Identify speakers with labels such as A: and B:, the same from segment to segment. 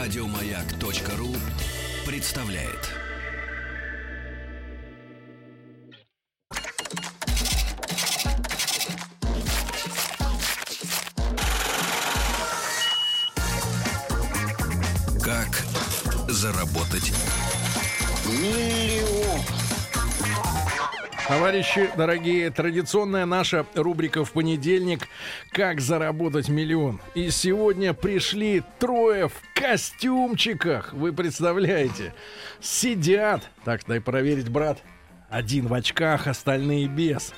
A: Радиомаяк.ру представляет. Как заработать
B: Товарищи, дорогие, традиционная наша рубрика в понедельник «Как заработать миллион». И сегодня пришли трое в костюмчиках, вы представляете. Сидят, так, дай проверить, брат, один в очках, остальные без.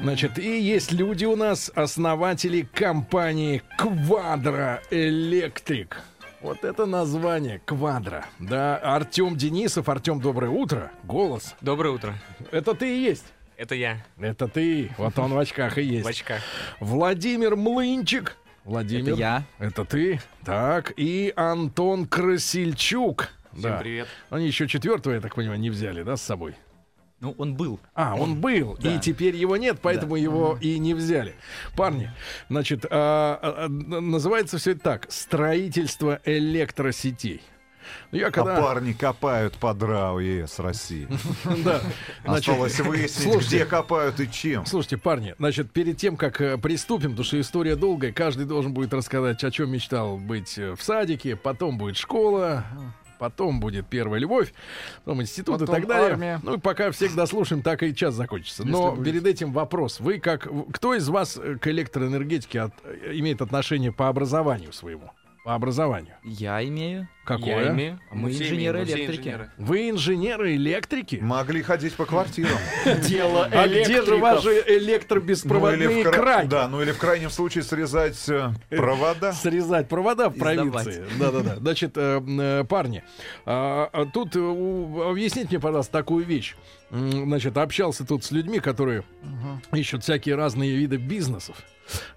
B: Значит, и есть люди у нас, основатели компании «Квадро Электрик». Вот это название «Квадро». Да, Артем Денисов. Артем, доброе утро. Голос.
C: Доброе утро.
B: Это ты и есть.
C: Это я
B: Это ты. Вот он в очках и
C: в
B: есть.
C: очках.
B: Владимир Млынчик. Владимир.
D: Это я.
B: Это ты. Так, и Антон Красильчук.
C: Всем
B: да.
C: привет.
B: Они еще четвертого, я так понимаю, не взяли, да, с собой?
D: Ну, он был.
B: А, он был,
D: Да.
B: и теперь его нет, поэтому его и не взяли. Парни, значит, а, а, а, н- называется все это так. Строительство электросетей. Ну, Я
E: А
B: когда...
E: парни копают под РАО ЕС России.
B: Да. Значит,
E: Осталось выяснить,
B: слушайте,
E: где копают и чем.
B: Слушайте, парни, значит, перед тем, как э, приступим, потому что история долгая, каждый должен будет рассказать, о чем мечтал быть э, в садике, потом будет школа, потом будет первая любовь, потом институт и
E: Потом
B: так далее.
E: армия.
B: Ну и пока всех дослушаем, так и час закончится. Но перед этим вопрос. Вы как... в- Кто из вас э, к электроэнергетике от- э, имеет отношение по образованию своему? По образованию.
D: Я имею.
B: Какое?
C: Я имею.
D: А мы
C: Все
D: инженеры
C: имеем, все
D: электрики.
C: инженеры.
B: Вы инженеры-электрики?
E: Могли ходить по квартирам.
B: Дело А где же ваши электробеспроводные
E: кра-
B: краки?
E: Да, ну или в крайнем случае срезать э, провода.
B: срезать провода в
D: Издавать.
B: провинции. Да-да-да. Значит, э, м, э, парни, а, а тут э, у- объясните мне, пожалуйста, такую вещь. М, Значит, общался тут с людьми, которые ищут всякие разные виды бизнесов.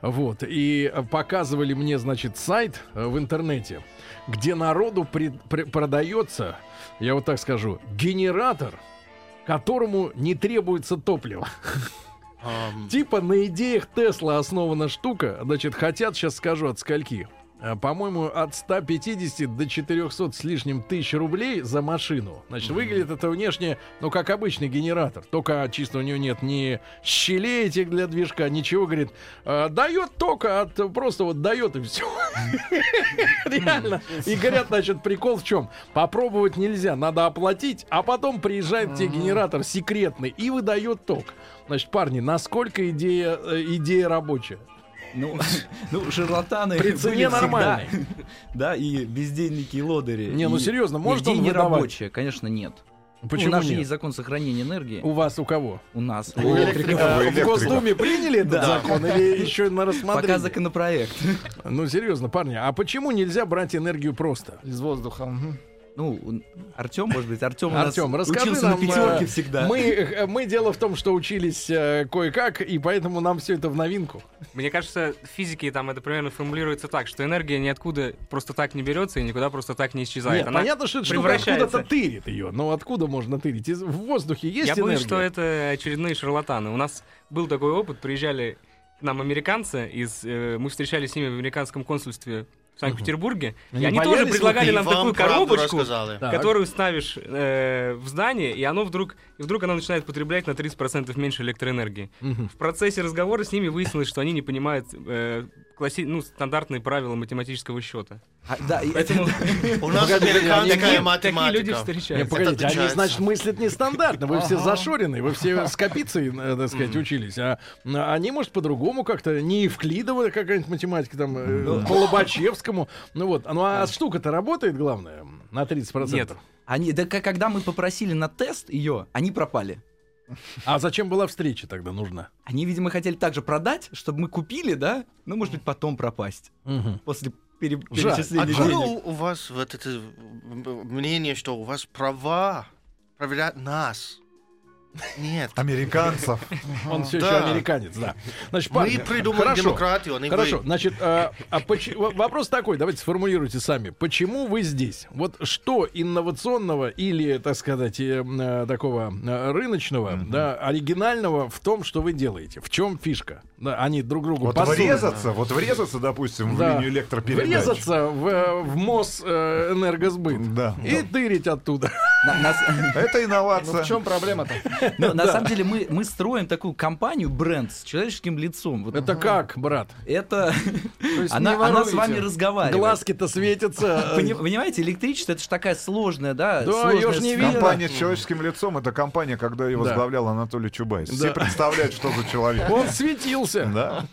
B: Вот. И э, показывали мне, значит, сайт э, в интернете, где народу пред- пре- продается, я вот так скажу, генератор, которому не требуется топливо. Типа на идеях Тесла основана штука. Значит, хотят, сейчас скажу, от скольки. А, По-моему, от 150 до 400 с лишним тысяч рублей за машину. Значит, выглядит это внешне, ну, как обычный генератор. Только чисто у него нет ни щелей этих для движка, ничего, говорит. а, дает тока, от, просто вот дает и все. Реально. И говорят, значит, прикол в чем? Попробовать нельзя, надо оплатить, а потом приезжает тебе генератор секретный и выдает ток. Значит, парни, насколько идея, э, идея рабочая?
D: Ну, ну, шарлатаны.
B: При
D: были
B: цене
D: всегда.
B: нормальной.
D: Да, и бездельники, и лодыри.
B: Не, ну
D: И
B: серьезно, может
D: идеи
B: он выдавать?
D: нерабочие? Конечно, нет. Ну,
B: Почему
D: у нас же
B: нет?
D: есть закон сохранения энергии.
B: У вас у кого?
D: У нас.
B: А,
E: Вы
B: В
E: электрика.
B: Госдуме приняли этот
D: Да.
B: закон или еще на
D: Пока
B: рассмотрение?
D: законопроект.
B: Ну серьезно, парни, а почему нельзя брать энергию просто?
F: Из воздуха. мгм.
D: Ну, Артем, может быть, Артем у нас
B: Артем, расскажи
D: учился
B: нам.
D: на пятерке
B: э,
D: всегда.
B: Мы, э, мы дело в том, что учились э, кое-как, и поэтому нам все это в новинку.
C: Мне кажется, в физике там это примерно формулируется так, что энергия ниоткуда просто так не берется и никуда просто так не исчезает.
B: Нет,
C: Она-
B: понятно, что это штука
C: превращается.
B: откуда-то тырит ее. Но откуда можно тырить? Из- В воздухе есть
C: Я
B: энергия?
C: боюсь, что это очередные шарлатаны. У нас был такой опыт, приезжали к нам американцы, из, э, мы встречались с ними в американском консульстве в Санкт-Петербурге,
B: Они
C: и они
B: боялись
C: тоже предлагали
B: внутри?
C: нам такую коробочку,
B: Так.
C: которую ставишь э, в здание, и оно вдруг, и вдруг оно начинает потреблять на 30% меньше электроэнергии.
B: Мгм.
C: В процессе разговора с ними выяснилось, что они не понимают э, класси- ну, стандартные правила математического счета.
D: А, да, и-
C: Поэтому
G: У нас американская математика.
C: такие люди
B: Не,
C: встречаются.
B: погодите, они,
G: отличается.
B: значит, мыслят нестандартно. Вы все зашорены, вы все с копицей, э, так сказать, учились. А э, они, может, по-другому как-то, не Евклидова а какая-нибудь математика, там,
C: Ну
B: э, по Лобачевскому. Ну вот, ну а штука-то работает, главное, на 30%?
C: Нет.
D: они, да, к- когда мы попросили на тест ее, они пропали.
B: А зачем была встреча тогда нужна?
D: Они, видимо, хотели также продать, чтобы мы купили, да? Ну, может быть, потом пропасть.
B: Мгм.
D: После пере-
B: Жаль.
G: А
D: перечисления
G: откуда
D: денег.
G: у у вас вот это м- мнение, что у вас права проверять нас? Нет.
B: А,
E: Американцев.
B: Он все
G: Да.
B: еще американец, да. Значит,
G: Мы
B: парни,
G: придумали
B: хорошо,
G: демократию, они
B: Хорошо,
G: вы.
B: значит, а- а поч- в- вопрос такой, давайте сформулируйте сами. Почему вы здесь? Вот что инновационного или, так сказать, э, м, э, такого э, рыночного, да, оригинального в том, что вы делаете? В чем фишка? Да, они друг другу
E: Вот
B: пасуют.
E: врезаться, вот врезаться, допустим, в
B: Да.
E: линию электропередач.
B: Врезаться в, э, в МОЗ э, энергосбыт
E: Да,
B: и тырить оттуда.
D: На- нас-
E: Это
F: Ну,
E: инновация.
F: в чем проблема-то?
D: Ну, на самом деле мы, мы строим такую компанию, бренд с человеческим лицом. Вот
B: Это как, брат?
D: это-
F: есть
D: она,
F: не
D: она с
F: воруете.
D: вами разговаривает.
B: Глазки-то светятся.
D: Пони- Понимаете, электричество это же такая сложная, да?
B: Да,
D: сложная
B: её ж не
D: сфера.
B: видно.
E: Компания с человеческим лицом это компания, когда ее
B: Да.
E: возглавлял Анатолий Чубайс.
B: Да.
E: Все представляют, что за человек.
B: Он светился.
E: Да?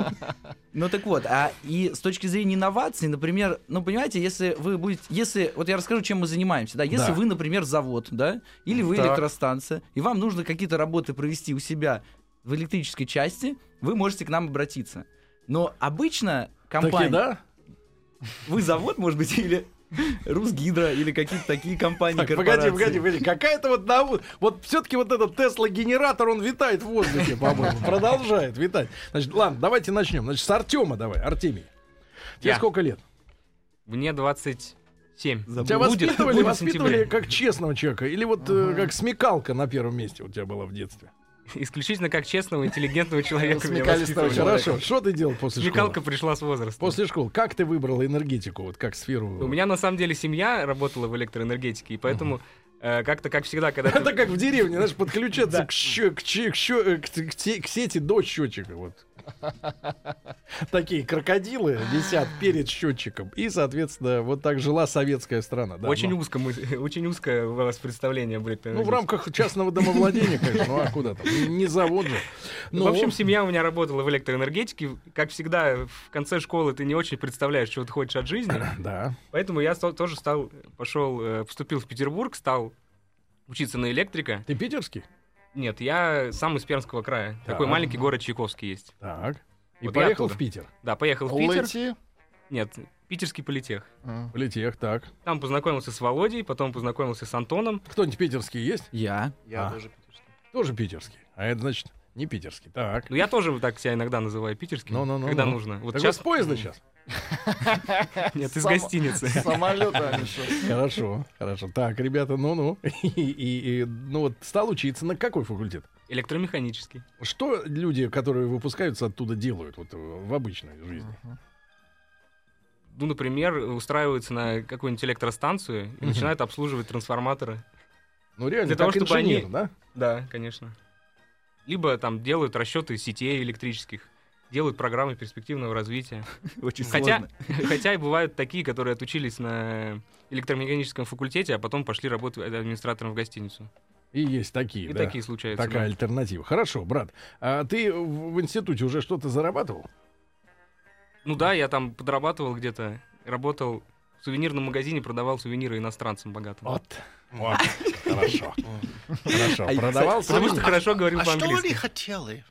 D: Ну так вот, а и с точки зрения инноваций, например, ну понимаете, если вы будете, если, вот я расскажу, чем мы занимаемся, да, если
B: Да.
D: вы, например, завод, да, или вы электростанция, и вам нужно какие-то работы провести у себя в электрической части, вы можете к нам обратиться. Но обычно компания,
B: Таки, да?
D: вы завод, может быть, или Русгидро, или какие-то такие компании,
B: Так, погоди,
D: корпорации.
B: погоди, погоди. Какая-то вот нау- Вот все-таки вот этот Тесла-генератор, он витает в воздухе, по-моему. Продолжает витать. Значит, ладно, давайте начнем. Значит, с Артема давай, Артемий. Тебе
C: Я.
B: сколько лет?
C: Мне 27.
D: Забыл.
B: Тебя
C: Будет.
B: воспитывали,
C: Будет в
B: воспитывали
C: сентябре.
B: как честного человека? Или вот э, как смекалка на первом месте у тебя была в детстве?
C: Исключительно как честного, интеллигентного человека меня
F: Смекалистого
C: воспитывали.
F: человека.
B: Хорошо, что ты делал после
C: Смекалка
B: школы?
C: пришла с возрастом.
B: После школы. Как ты выбрал энергетику, вот как сферу?
C: У меня на самом деле семья работала в электроэнергетике, и поэтому э, как-то, как всегда, когда ты-
B: Это как в деревне, знаешь, подключаться к, щё- к, чи- к щё- э, к т- к те- к сети до счетчика. Вот. Такие крокодилы висят перед счетчиком. И, соответственно, вот так жила советская страна. да,
C: очень
B: но-
C: узко, мы- очень узкое у вас представление об
B: Ну, в
C: электроэнергетике.
B: рамках частного домовладения, конечно. Ну, а куда там? Не- Не завод же.
C: Ну, в общем, семья у меня работала в электроэнергетике. Как всегда, в конце школы ты не очень представляешь, чего ты хочешь от жизни.
B: Да.
C: Поэтому я стал- тоже стал, пошел, э, поступил в Петербург, стал учиться на электрика.
B: Ты питерский?
C: Нет, я сам из Пермского края.
B: Так.
C: Такой маленький город Чайковский есть.
B: Так. И
C: Вот я
B: поехал
C: оттуда.
B: в Питер.
C: Да, поехал в Питер.
F: Улети.
C: Нет, питерский политех.
F: М.
B: В Литех, так.
C: Там познакомился с Володей, потом познакомился с Антоном.
B: Кто-нибудь питерский есть?
D: Я.
F: Я
B: А.
F: тоже
B: Тоже питерский. А это значит не питерский. Так.
C: Ну, я тоже вот так себя иногда называю питерским,
B: Ну-ну-ну-ну.
C: когда нужно. Вот
B: ну, Так
C: сейчас...
B: с поезда сейчас.
C: Нет, из
F: Сам-
C: гостиницы.
F: С самолета они что?
B: Хорошо, хорошо. Так, ребята, ну-ну. И, и- и, ну вот стал учиться на какой факультет?
C: Электромеханический.
B: Что люди, которые выпускаются оттуда, делают вот э, в обычной жизни?
C: Ну, например, устраиваются на какую-нибудь электростанцию и
B: Мгм.
C: начинают обслуживать трансформаторы.
B: Ну реально,
C: Для
B: как
C: того, чтобы
B: инженер,
C: они-
B: да?
C: Да, конечно. Либо там делают расчеты сетей электрических, делают программы перспективного развития.
D: Очень
C: Хотя,
D: сложно.
C: хотя и бывают такие, которые отучились на электромеханическом факультете, а потом пошли работать администратором в гостиницу.
B: И есть такие,
C: И
B: да.
C: такие случаются.
B: Такая
C: да.
B: альтернатива. Хорошо, брат. А ты в в институте уже что-то зарабатывал?
C: Ну да, я там подрабатывал где-то, работал в сувенирном магазине, продавал сувениры иностранцам богатым.
B: Вот. Вот. Хорошо. Хорошо.
D: А я,
B: Продавал
C: Потому что
B: свои
C: хорошо говорил
G: А что они
C: по-английски.
G: хотели?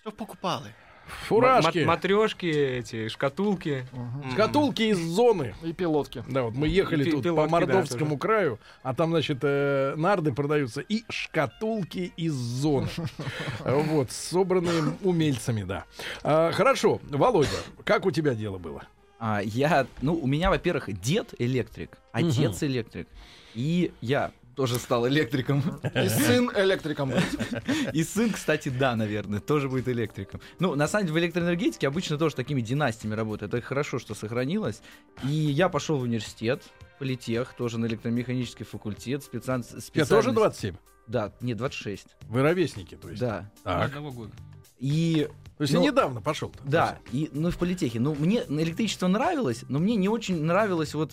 G: Что покупали?
B: фуражки,
C: матрешки, эти шкатулки.
B: шкатулки из зоны.
F: И пилотки.
B: Да, вот мы ехали
C: пи-
B: тут по
C: пилотки, да,
B: Мордовскому краю, а там, значит, э, нарды продаются и шкатулки из зоны. Вот, собранные умельцами, да. А, Хорошо, Володя, как у тебя дело было?
D: А, я, ну, у меня, во-первых, дед электрик, отец электрик, и я тоже стал электриком.
F: И сын электриком. был.
D: И сын, кстати, да, наверное, тоже будет электриком. Ну, на самом деле, в электроэнергетике обычно тоже такими династиями работает. Это хорошо, что сохранилось. И я пошел в университет, политех, тоже на электромеханический факультет, специально...
B: Я тоже 27.
D: Да, нет, 26.
B: Вы ровесники, то есть.
D: Да.
B: Так.
C: Одного года.
D: И
B: То есть я
D: Ну,
B: недавно пошел.
D: Да, и, ну и в политехе. Ну, мне на электричество нравилось, но мне не очень нравилось вот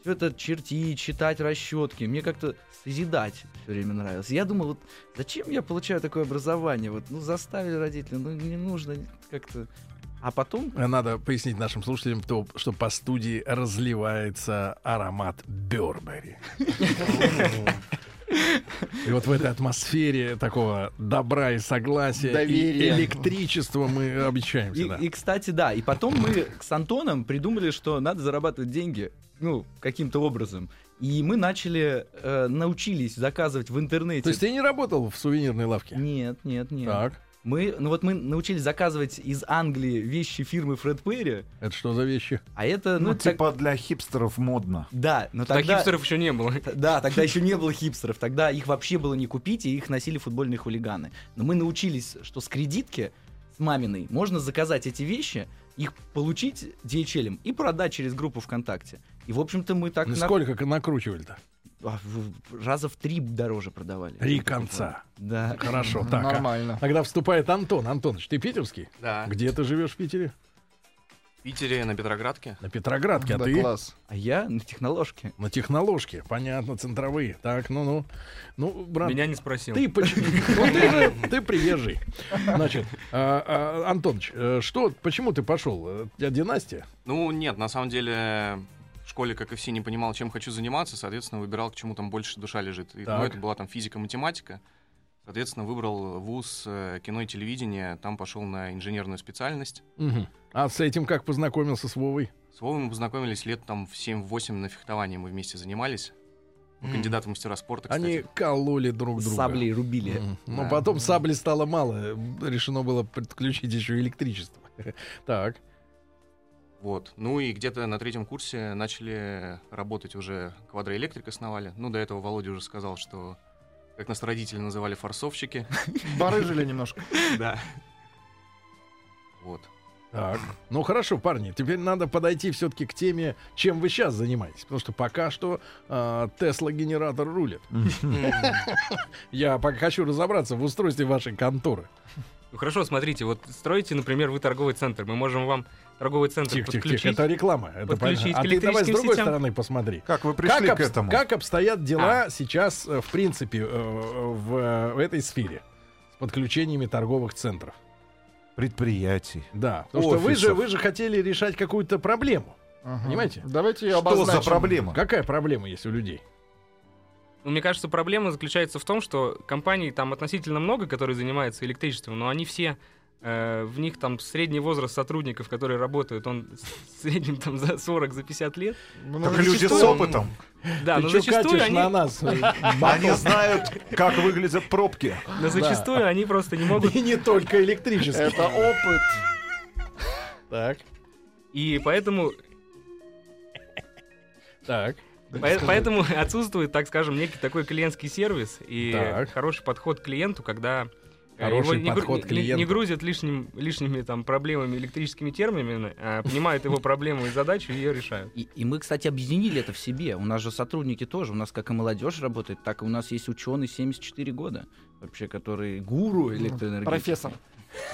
D: все это черти, читать расчетки. Мне как-то созидать все время нравилось. Я думал, вот зачем я получаю такое образование? Вот, ну, заставили родители, ну, не нужно как-то. А потом
B: Надо пояснить нашим слушателям, то, что по студии разливается аромат Бербери. И вот в этой атмосфере такого добра и согласия, и
F: Доверия.
B: электричества мы обещаемся.
D: И,
B: да.
D: и, кстати, да, и потом мы с Антоном придумали, что надо зарабатывать деньги, ну, каким-то образом. И мы начали, э, научились заказывать в интернете.
B: То есть ты не работал в сувенирной лавке?
D: Нет, нет, нет.
B: Так,
D: Мы, ну вот мы научились заказывать из Англии вещи фирмы Фред Перри,
B: это что за вещи?
D: а это, ну,
E: Ну,
D: так-
E: типа для хипстеров модно.
D: да, но
C: Тогда...
D: тогда...
C: Хипстеров еще не было.
D: Т- Да, тогда еще не было хипстеров, тогда их вообще было не купить, и их носили футбольные хулиганы. Но мы научились, что с кредитки, с маминой, можно заказать эти вещи, их получить DHL и продать через группу ВКонтакте. И, в общем-то, мы так...
B: Ну,
D: на-
B: Сколько к- накручивали-то?
D: А, в- в- раза в три дороже продавали.
B: Три конца.
D: Да.
B: Хорошо, так. а
F: Нормально.
B: Тогда вступает Антон. Антоныч, ты питерский?
D: А.
G: Да.
B: Где ты живешь в Питере?
G: В Питере на Петроградке.
B: На Петроградке, а
F: Да,
B: ты?
F: класс.
D: А я на техноложке.
B: На техноложке, понятно, центровые. Так, ну-ну. Ну, брат,
C: Меня не спросил.
B: ты почему? Ну, ты же, ты приезжий. Значит, а, а, Антоныч, э, что, почему ты пошел? Э, У тебя династия?
H: Ну, нет, на самом деле в школе, как и все, не понимал, чем хочу заниматься, соответственно, выбирал, к чему там больше душа лежит. И, ну,
B: Так.
H: это была там физика, математика. Соответственно, выбрал вуз э, кино и телевидение, там пошел на инженерную специальность.
B: Мгм. А с этим как познакомился с Вовой?
H: С Вовой мы познакомились лет там в 7-8 на фехтовании мы вместе занимались.
G: М.
H: Кандидат в мастера спорта, кстати.
B: Они кололи друг друга.
D: Саблей рубили.
B: Мгм. Но
H: Да.
B: потом сабли стало мало. э, Решено было подключить еще электричество. Так.
H: Вот. Ну и где-то на третьем курсе начали работать уже квадроэлектрик основали. Ну, до этого Володя уже сказал, что как нас родители называли форсовщики.
F: Барыжили немножко.
H: Да. Вот.
B: Так. Ну хорошо, парни, теперь надо подойти все-таки к теме, чем вы сейчас занимаетесь. Потому что пока что а, Тесла-генератор рулит. Я пока хочу разобраться в устройстве вашей конторы.
C: Ну хорошо, смотрите, вот строите, например, вы торговый центр. Мы можем вам торговый центр подключить.
B: Тихо-тихо-тихо, это реклама. Это
C: Подключить
B: понятно.
C: к
B: а ты давай с
C: электрическим
B: другой
C: сетям.
B: стороны посмотри.
E: Как вы пришли
B: как,
E: к
B: обс-
E: этому?
B: как обстоят дела
C: А.
B: сейчас, э, в принципе, э, в, э, в этой сфере с подключениями торговых центров?
E: Предприятий.
B: Да, потому что вы же,
E: Офисов.
B: вы же хотели решать какую-то проблему.
F: Ага.
B: Понимаете?
F: Давайте
E: Что
F: обозначим.
E: за проблема?
B: Какая проблема есть у людей?
C: Ну, мне кажется, проблема заключается в том, что компаний там относительно много, которые занимаются электричеством, но они все э, в них там средний возраст сотрудников, которые работают, он с- в среднем там за 40, за 50 лет.
F: Ну,
E: Как
F: ну,
E: люди с
F: зачастую-
E: опытом.
C: Да,
B: Ты
C: но
B: чё
C: зачастую
B: катишь
C: они,
B: на нас? э,
E: Они знают, как выглядят пробки.
C: но зачастую они просто не могут.
B: И не только электрические.
F: Это опыт.
B: Так,
C: И поэтому,
B: так.
C: пое- поэтому отсутствует, так скажем, некий такой клиентский сервис и
B: Так.
C: хороший подход к клиенту, когда э,
B: Хороший
C: не гру-
B: подход
C: не-
B: к
C: не- не,
B: клиенту.
C: грузят лишним, лишними там проблемами, электрическими терминами, а понимают его проблему и задачу и ее решают.
D: И, и мы, кстати, объединили это в себе. У нас же сотрудники тоже. У нас как и молодежь работает, так и у нас есть ученый 74 года, вообще, который гуру
B: Ну,
D: электроэнергетики.
F: Профессор.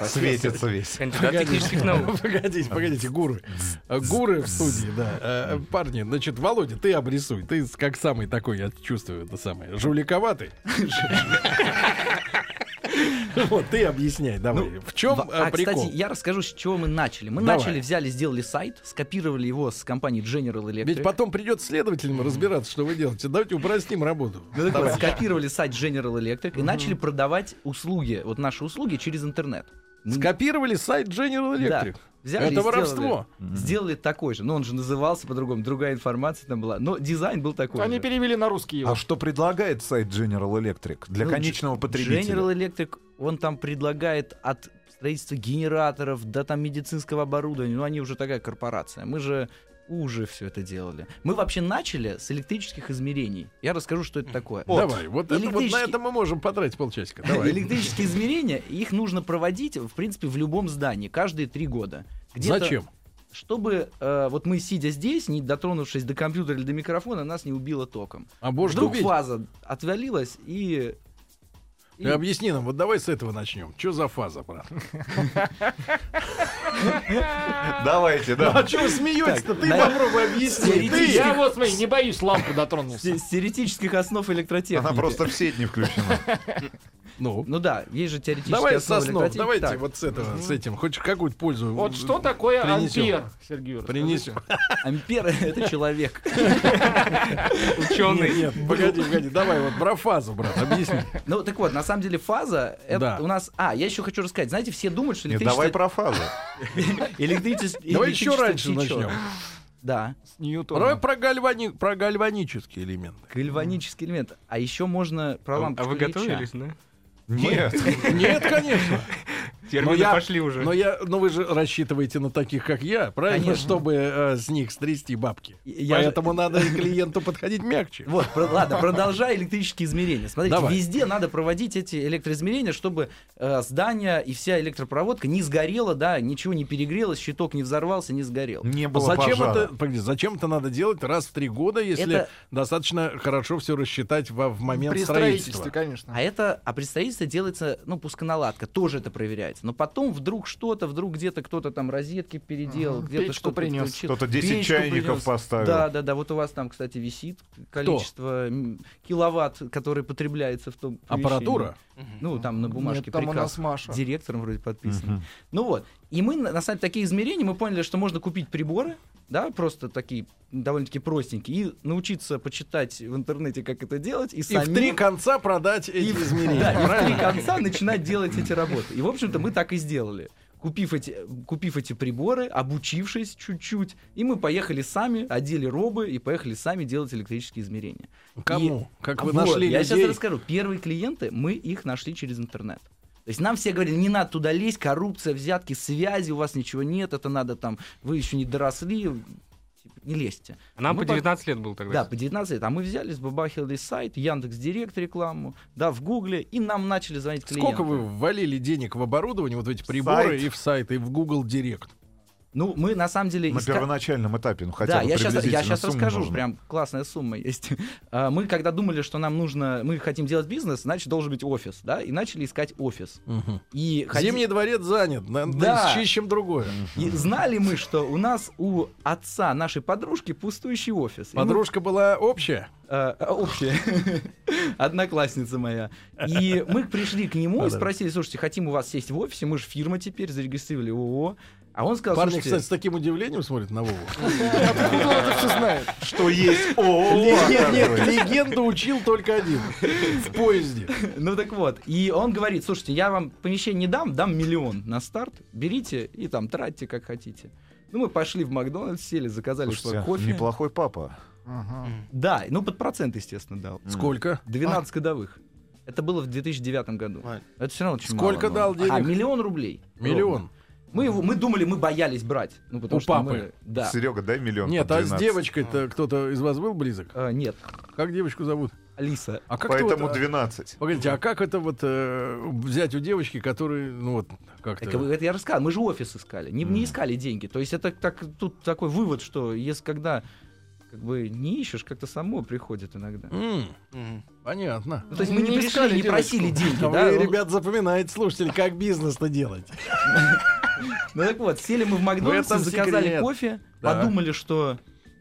E: Светится весь.
C: Кандидат технических наук.
B: Погодите, погодите, гуры. Э, Гуры в студии, да. Э, Парни, значит, Володя, ты обрисуй. Ты с- как самый такой, я чувствую это самое, жуликоватый. Вот, ты объясняй, давай.
D: Ну,
B: В чем
D: Во- а,
B: прикол?
D: кстати, я расскажу, с чего мы начали. Мы
B: Давай.
D: начали, взяли, сделали сайт, скопировали его с компании General Electric.
B: Ведь потом придется следователям разбираться, что вы делаете. Давайте упростим работу.
D: Ну, так вот, скопировали сайт General Electric и начали продавать услуги, вот наши услуги через интернет. Мы
B: Скопировали сайт General Electric.
D: Да. взяли и
B: Это
D: сделали-
B: воровство.
D: Сделали такой же, но он же назывался по-другому, другая информация там была, но дизайн был такой
F: Они
D: же.
F: перевели на русский его.
E: А что предлагает сайт General Electric для
D: Ну,
E: конечного потребителя?
D: General Electric, он там предлагает от строительства генераторов до там медицинского оборудования, ну они уже такая корпорация. Мы же уже все это делали. Мы вообще начали с электрических измерений. Я расскажу, что это такое.
B: Давай, вот, Ну, это, вот на
D: Электрический-
B: это мы можем потратить полчасика. Давай.
D: Электрические измерения, их нужно проводить, в принципе, в любом здании, каждые три года. Где-то-
B: Зачем?
D: Чтобы э, вот мы, сидя здесь, не дотронувшись до компьютера или до микрофона, нас не убило током.
B: А может
D: Вдруг
B: убить?
D: фаза отвалилась и... и-
B: Ты объясни нам, вот давай с этого начнем. Что за фаза, брат?
E: Давайте,
B: Ну,
E: да.
B: а чего вы смеетесь-то?
D: Так,
B: Ты
D: на-
B: попробуй объясни.
D: Теоретически-
B: Ты-
F: Я вот, смотри, не боюсь, лампу дотронулся.
D: С теоретических основ электротехники.
E: Она просто в сеть не включена.
B: Ну,
D: Ну да, есть же теоретически
B: давай с
D: основы
B: соснов,
D: электротехники.
B: давайте
D: Так,
B: вот с этого, с этим. Хоть какую-то пользу.
F: Вот что такое
B: принесем.
F: ампер, Сергей Юрьевич?
B: Принесем.
D: Ампер — это человек.
C: Ученый.
B: Нет, нет, погоди, погоди, давай вот про фазу, брат, объясни.
D: Ну так вот, на самом деле фаза —
B: Да.
D: это у нас... А, я еще хочу рассказать. Знаете, все думают, что
E: Нет, давай
D: электричество...
E: про фазу.
D: электричество-
B: Давай еще
D: электричество
B: раньше
D: течет.
B: начнем.
D: Да,
F: С Ньютоном.
B: Давай про, гальвани... про гальванические элементы.
D: гальванический элемент. А еще можно про
C: А
D: лампочку
C: вы
D: Ильича.
C: готовились, да?
E: Нет.
B: Нет, конечно.
C: Термины
B: Ну я- ну,
C: пошли уже.
B: Но я, но вы же рассчитываете на таких, как я, правильно,
D: Конечно.
B: чтобы э, с них стрясти бабки.
D: Я же-
B: Поэтому надо и клиенту подходить мягче.
D: Вот, про- ладно, продолжай электрические измерения. Смотрите,
B: Давай.
D: везде надо проводить эти электроизмерения, чтобы э, здание и вся электропроводка не сгорела, да, ничего не перегрелось, щиток не взорвался, не сгорел.
E: Не было
B: Зачем
E: пожара.
B: это, погоди, зачем это надо делать раз в три года, если
D: Это-
B: достаточно хорошо все рассчитать во, в момент
F: При
B: строительства?
F: строительстве, конечно.
D: А это, а при строительстве делается, ну, пусконаладка, тоже это проверяется. Но потом вдруг что-то, вдруг где-то кто-то там розетки переделал,
F: Мгм,
D: где-то
F: печку
D: что-то
F: принёс.
D: включил.
E: Кто-то 10
D: Печку
E: чайников
D: принёс.
E: поставил.
D: Да, да, да. Вот у вас там, кстати, висит количество м, киловатт, который потребляется в том помещении.
B: Аппаратура?
D: Ну, там на бумажке
F: Нет, там у нас
D: приказ.
F: Маша.
D: Директором вроде подписано.
E: Мгм.
D: Ну вот. И мы, на на самом деле, такие измерения, мы поняли, что можно купить приборы, да, просто такие довольно-таки простенькие, и научиться почитать в интернете, как это делать, и,
B: И в три конца продать эти
D: в-
B: измерения.
D: да, и в три
B: правильно?
D: конца начинать делать эти работы. И, в общем-то, мы так и сделали. Купив эти, купив эти приборы, обучившись чуть-чуть, и мы поехали сами, одели робы и поехали сами делать электрические измерения.
B: Кому? Как вы
D: Вот,
B: нашли
D: я сейчас
B: людей?
D: расскажу. Первые клиенты, мы их нашли через интернет. То есть нам все говорили, не надо туда лезть, коррупция, взятки, связи, у вас ничего нет, это надо там, вы еще не доросли, типа, не лезьте.
C: А Нам
D: Мы
B: ну
C: по 19 лет было
D: Да,
C: тогда.
D: по 19 лет. А мы взяли, сбабахили сайт, Яндекс Директ рекламу, да, в Гугле, и нам начали звонить клиенты.
B: Сколько вы ввалили денег в оборудование, вот в эти приборы
E: Сайт.
B: и в сайт, и в Google Direct?
D: Ну, мы на самом деле...
E: На
D: иска-
E: первоначальном этапе, ну хотя
D: да,
E: бы
D: я сейчас, я
E: приблизительно
D: сейчас
E: сумму
D: расскажу,
E: нужно.
D: прям классная сумма есть. А, Мы когда думали, что нам нужно, мы хотим делать бизнес, значит, должен быть офис, да, и начали искать офис. И ходи-
B: Зимний дворец занят, надо
D: Да.
B: ищем другое.
D: И знали мы, что у нас у отца нашей подружки пустующий офис. И мы,
B: Подружка была общая.
D: э, э, общая. Одноклассница моя. И мы пришли к нему и
B: Да-да.
D: спросили, слушайте, хотим у вас сесть в офисе, мы же фирма теперь, зарегистрировали ООО. А он сказал,
B: Парни,
D: «Слушайте,
B: кстати, с таким удивлением смотрят на Вову.
F: Откуда он это все знает?
E: Что есть ООО.
B: Нет, нет,
E: оказывается.
B: легенду учил только один. В поезде.
D: Ну так вот, и он говорит, слушайте, я вам помещение не дам, дам миллион на старт, берите и там тратьте как хотите. Ну мы пошли в Макдональдс, сели, заказали свой
B: а
E: Слушайте,
D: кофе.
E: неплохой папа.
F: Ага.
D: Да, ну под процент, естественно, дал.
B: Сколько?
D: 12
B: А.
D: годовых. Это было в 2009 году.
G: Вань.
D: Это все равно очень
B: Сколько дал
D: мало, но- А,
B: денег?
D: миллион рублей.
B: Миллион.
D: Ровно. Мы, его, мы думали, мы боялись брать. Ну, потому
B: У
D: что
B: папы.
D: мы- да.
E: Серега, дай миллион.
B: Нет,
E: под
B: а с
E: 12.
B: девочкой-то кто-то из вас был близок?
D: Э, нет,
B: Как девочку зовут?
D: Алиса.
B: А как это
E: Поэтому
B: вот, а,
E: 12.
B: Погодите, а как это вот э, взять у девочки, которые, ну вот, как-то...
D: Так, это я рассказал, мы же офис искали, не, не искали деньги. То есть это так, тут такой вывод, что если когда как бы не ищешь, как-то само приходит иногда.
B: М,
G: Мгм.
B: понятно.
D: Ну, то есть мы
F: Не
D: не, пришли,
F: искали
D: не
F: девочку.
D: просили деньги,
B: А
D: да?
B: вы,
D: Ну,
B: ребят, запоминает слушатель, как бизнес-то делать.
D: Ну так вот, сели мы в Макдональдс,
B: этом
D: заказали
B: секрет.
D: кофе,
B: Да.
D: подумали, что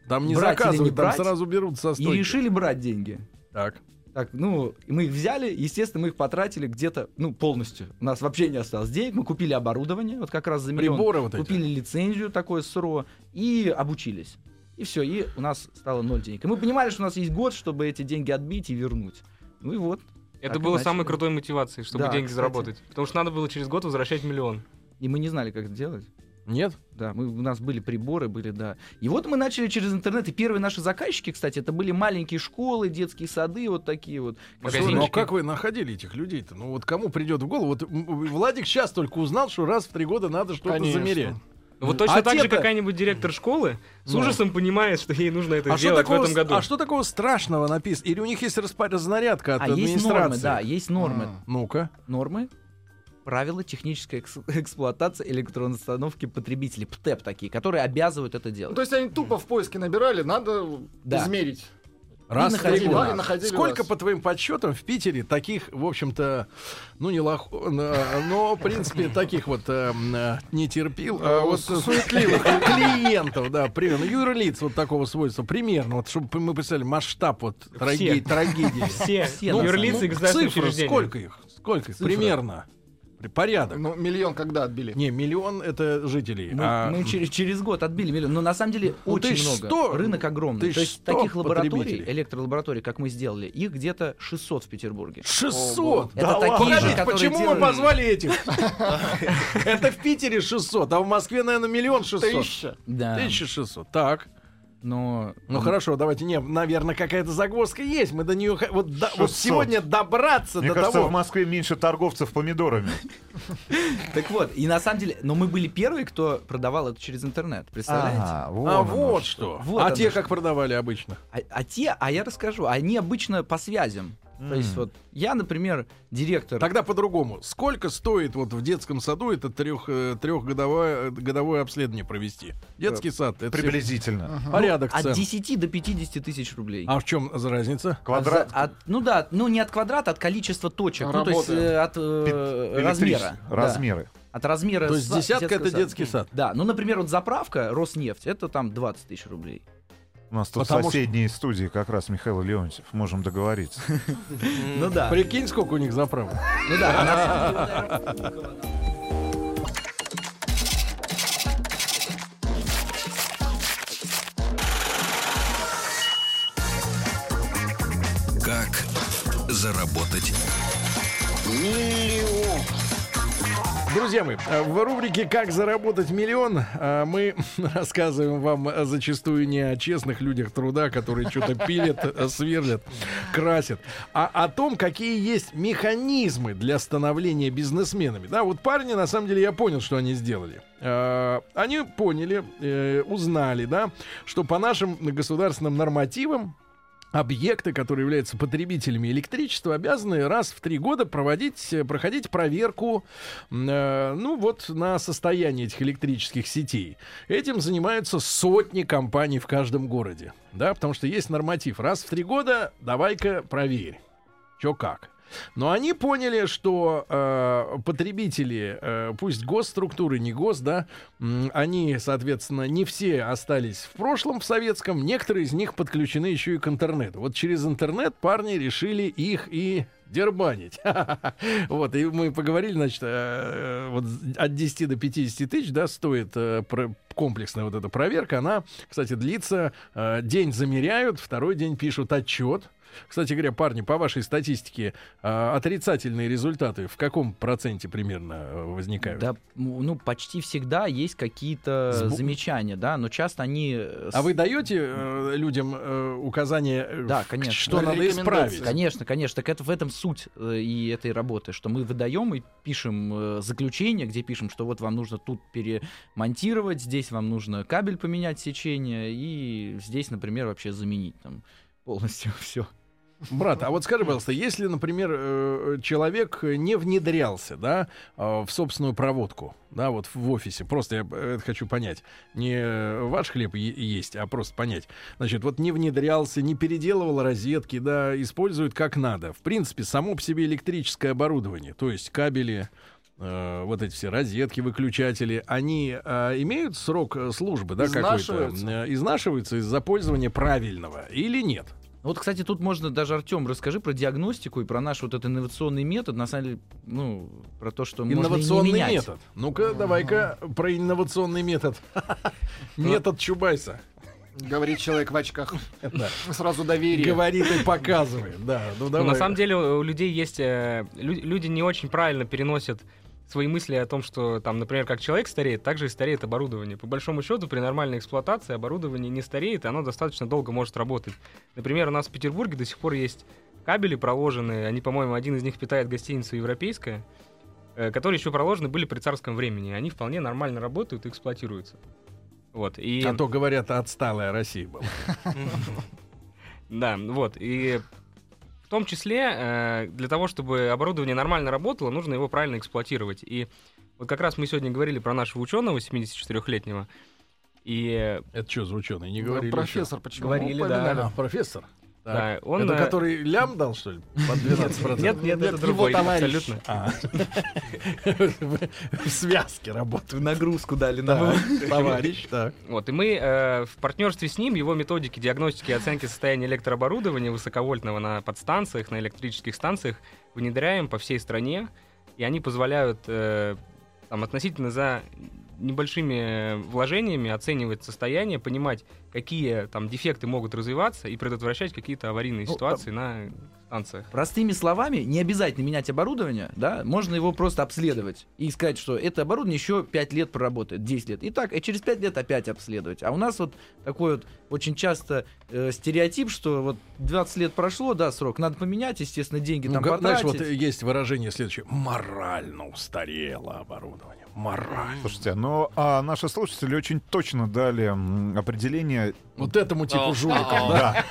B: Там не
D: Брать или не
B: заказывают, там
D: брать?
B: сразу берут со
D: и
B: стойки.
D: решили брать деньги.
B: Так.
D: Так, ну, и мы их взяли, естественно, мы их потратили где-то, ну, полностью. У нас вообще не осталось денег, мы купили оборудование, вот как раз за миллион.
B: Приборы вот эти.
D: купили лицензию такое СРО и обучились. И все, и у нас стало ноль денег. И мы понимали, что у нас есть год, чтобы эти деньги отбить и вернуть. Ну и вот.
C: Это
D: Так и
C: было
D: начали.
C: самой крутой мотивацией, чтобы
D: Да,
C: деньги
D: кстати.
C: заработать. Потому что надо было через год возвращать миллион.
D: И мы не знали, как это делать.
B: Нет?
D: Да, мы, у нас были приборы, были, да. И вот мы начали через интернет. И первые наши заказчики, кстати, это были маленькие школы, детские сады, вот такие вот.
C: Магазинчики.
B: Но ну а как вы находили этих людей-то? Ну вот кому придет в голову? Вот м, м, Владик сейчас только узнал, что раз в три года надо что-то
F: Конечно.
B: замерять.
C: Ну, Вот точно
B: А
C: так же
B: те-то-
C: какая-нибудь директор школы с
B: Ну.
C: ужасом понимает, что ей нужно это
B: а, что
C: сделать в
B: такого,
C: этом году.
B: а что такого страшного написано? Или у них есть распа- разнарядка от
D: А есть
B: администрации?
D: нормы, да, есть нормы.
F: А.
B: Ну-ка.
D: Нормы, правила технической экс- эксплуатации электронной установки потребителей, ПТЭП такие, которые обязывают это
F: Ну,
D: делать.
F: то есть они тупо в поиске набирали, надо
D: Да.
F: измерить.
B: Раз в три
F: находили,
B: года.
F: да, и находили
B: Сколько,
F: раз.
B: по твоим подсчетам, в Питере таких, в общем-то, ну, не лох... на- но, в принципе, таких вот эм, э, не терпил, а вот суетливых клиентов, да, примерно, юрлиц вот такого свойства, примерно, вот, чтобы мы представили масштаб вот траги- трагедии.
C: Все,
D: на самом
C: юрлицы
B: Ну,
C: и государственные
B: цифры,
C: учреждения.
B: сколько их? Сколько?
D: Цифра.
B: Примерно. При- Порядок.
F: Ну, миллион когда отбили?
B: Не, миллион это жителей.
D: Мы,
B: а
D: мы через, через год отбили миллион. Но на самом деле
B: Ну,
D: очень
B: 1100,
D: много. Рынок огромный. То есть
B: 1100
D: таких лабораторий,
B: потребителей.
D: электролабораторий, как мы сделали, их где-то 600 в Петербурге.
B: 600!
D: Это такие же,
B: Подождите,
D: которые
B: почему
D: делали-
B: вы позвали этих? Это в Питере 600, а в Москве, наверное, миллион 600.
F: Тысяча.
D: Да.
B: 1600. Так.
D: Но
B: Ну хорошо, давайте. Не, наверное, какая-то загвоздка есть. Мы до нее... ха- Вот, до- вот
E: 600.
B: сегодня добраться
E: Мне
B: до
E: кажется, в
B: того...
E: Москве меньше торговцев помидорами.
D: Так вот, и на самом деле, но мы были первые, кто продавал это через интернет, представляете?
E: А,
B: А
E: вон оно
B: вот
E: что.
B: что.
D: Вот
B: а
D: оно
B: те
D: что.
B: как продавали обычно?
D: А, а те, а я расскажу, они обычно по связям. То есть
E: М.
D: вот я, например, директор.
B: Тогда по-другому. Сколько стоит вот в детском саду это трех, э, трехгодовое э, годовое обследование провести? Детский сад. Это все-
E: Э, Приблизительно.
F: Ага.
B: порядок
D: от
B: цен.
D: 10 до 50 тысяч рублей.
B: А в чем разница?
E: Квадрат.
D: От- от- ну да, ну не от квадрата, от количества точек. Ну, то есть э, от э,
E: Пи-
D: размера.
E: электричество.
D: да.
E: Размеры.
D: От размера.
B: То есть
D: са-
B: десятка
D: детского
B: это
D: сада.
B: детский сад.
D: Да, ну, например, вот заправка Роснефть, это там 20 тысяч рублей.
E: У нас тут
B: Потому что-
E: соседние студии как раз Михаил Леонтьев. Можем договориться.
D: Ну да,
B: Прикинь, сколько у них заправок.
D: ну да. на-
A: Как заработать?
B: Друзья мои, э, в рубрике «Как заработать миллион» э, мы рассказываем вам э, зачастую не о честных людях труда, которые что-то пилят, э, сверлят, красят, а о том, какие есть механизмы для становления бизнесменами. Да, вот парни, на самом деле, я понял, что они сделали. Э, Они поняли, э, узнали, да, что по нашим государственным нормативам Объекты, которые являются потребителями электричества, обязаны раз в три года проводить, э, проходить проверку м, э, ну вот, на состояние этих электрических сетей. Этим занимаются сотни компаний в каждом городе. Да, потому что есть норматив. Раз в три года давай-ка проверь. Чё как. Но они поняли, что э, потребители, э, пусть госструктуры, не гос, да, м, они, соответственно, не все остались в прошлом, в советском, некоторые из них подключены еще и к интернету. Вот через интернет парни решили их и дербанить. Вот, и мы поговорили, значит, э, вот от 10 до 50 тысяч, да, стоит э, про- комплексная вот эта проверка. Она, кстати, длится, э, день замеряют, второй день пишут отчет. Кстати говоря, парни, по вашей статистике, э, отрицательные результаты в каком проценте примерно э, возникают?
D: Да, м, ну почти всегда есть какие-то
B: Сбо-
D: замечания, да, но часто они. э, с-
B: А вы даете э, людям э, указания, э,
D: Да,
B: в-
D: конечно.
B: что надо
F: Рекомендации.
B: исправить?
D: Конечно, конечно. Так это в этом суть э, и этой работы, что мы выдаем и пишем э, заключение, где пишем, что вот вам нужно тут перемонтировать, здесь вам нужно кабель поменять сечение и здесь, например, вообще заменить там полностью все.
B: Брат, а вот скажи, пожалуйста, если, например, э, человек не внедрялся, да, э, в собственную проводку, да, вот в офисе, просто я э, это хочу понять, не э, ваш хлеб е- есть, а просто понять, значит, вот не внедрялся, не переделывал розетки, да, использует как надо. В принципе, само по себе электрическое оборудование, то есть кабели, э, вот эти все розетки, выключатели, они э, имеют срок э, службы, да, какой-то?
F: Изнашиваются.
B: Э, Изнашиваются из-за пользования правильного или нет?
D: Вот, кстати, тут можно даже, Артем, расскажи про диагностику и про наш вот этот инновационный метод, на самом деле, ну, про то, что можно и не
B: Инновационный
D: менять.
B: метод. Ну-ка, давай-ка про инновационный метод. Метод Чубайса.
F: Говорит человек в очках.
B: Да.
F: Сразу доверие.
B: Говорит и показывает. Да, ну
C: Ну,
B: давай.
C: на самом деле у у людей есть... э, лю- люди не очень правильно переносят свои мысли о том, что, там, например, как человек стареет, так же и стареет оборудование. По большому счету, при нормальной эксплуатации оборудование не стареет, и оно достаточно долго может работать. Например, у нас в Петербурге до сих пор есть кабели проложенные, они, по-моему, один из них питает гостиницу «Европейская», э, которые еще проложены были при царском времени. Они вполне нормально работают и эксплуатируются. Вот, и...
B: А то, говорят, отсталая Россия была.
C: Да, вот. И в том числе э, для того, чтобы оборудование нормально работало, нужно его правильно эксплуатировать. И вот как раз мы сегодня говорили про нашего ученого 74-летнего. И э,
B: Это что за ученый? Не
F: Да,
B: говорили
F: Профессор, почему?
C: Говорили,
B: еще?
C: да.
F: Упоминали.
B: А, профессор.
C: да,
B: Он,
C: он...
B: это
C: э,
B: который лям дал, что ли? Под 12%?
C: Нет, нет, это
F: его
C: другой,
F: товарищ.
C: абсолютно.
B: А. В связке работают.
D: Нагрузку дали
B: Да, Ну, товарищ, так.
C: Вот, и мы э, в партнерстве с ним, его методики диагностики и оценки состояния электрооборудования высоковольтного на подстанциях, на электрических станциях, внедряем по всей стране, и они позволяют э, там, относительно за небольшими вложениями оценивать состояние, понимать, какие там дефекты могут развиваться и предотвращать какие-то аварийные
D: Ну,
C: ситуации на станциях.
D: Простыми словами, не обязательно менять оборудование, да, можно его просто обследовать и сказать, что это оборудование еще 5 лет проработает, 10 лет. И так, и через 5 лет опять обследовать. А у нас вот такой вот очень часто э, стереотип, что вот 20 лет прошло, да, срок, надо поменять, естественно, деньги
B: Ну,
D: там
B: га- знаешь,
D: потратить.
B: вот э, есть выражение следующее. Морально устарело оборудование. Морально.
E: Слушайте, ну а наши слушатели очень точно дали м, определение
B: Вот этому типу
G: Да.
B: жуликов, да?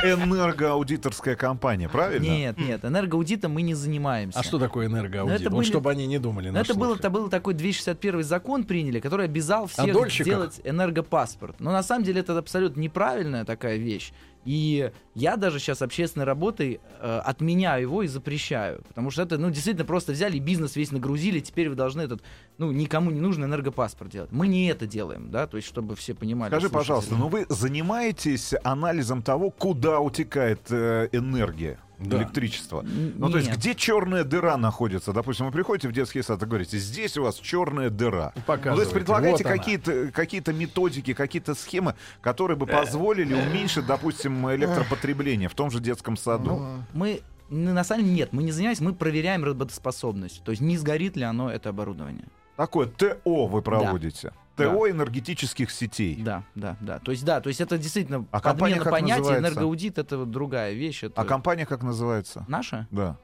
E: да, энергоаудиторская компания, правильно?
D: Нет, нет, энергоаудитом мы не занимаемся.
B: А что такое энергоаудит?
D: Ну, это
B: Вот
D: были-
B: чтобы они не думали.
D: Ну,
B: наши
D: это был,
B: слушатели.
D: это был такой 261 закон приняли, который
E: А
D: обязал всех
B: дольщиках?
D: сделать энергопаспорт. Но на самом деле это абсолютно неправильная такая вещь. И я даже сейчас общественной работой э, отменяю его и запрещаю. Потому что это, ну, действительно, просто взяли и бизнес весь нагрузили, теперь вы должны этот, ну, никому не нужен энергопаспорт делать. Мы не это делаем, да, то есть, чтобы все понимали.
E: Скажи,
D: слушатели.
E: пожалуйста, ну вы занимаетесь анализом того, куда утекает э, энергия,
B: Да.
E: электричество?
D: Н-
E: Ну, то есть,
D: нет.
E: где черная дыра находится? Допустим, вы приходите в детский сад и говорите, здесь у вас черная дыра. Ну, то
B: Показывает.
E: есть предлагаете
B: Вот она.
E: какие-то какие методики, какие-то схемы, которые бы
B: Э.
E: позволили уменьшить, допустим, электропотребление в том же детском саду.
F: Ну,
D: Мы, ну, на самом деле, нет, мы не занимаемся, мы проверяем работоспособность. То есть, не сгорит ли оно, это оборудование.
E: Такое ТО вы проводите.
D: Да.
E: ТО энергетических сетей.
D: Да, да, да. То есть, да, то есть это действительно
E: А компания
D: подмена
E: как
D: понятий,
E: называется?
D: энергоаудит это вот другая вещь. Это
E: А компания как называется?
D: наша
E: Да.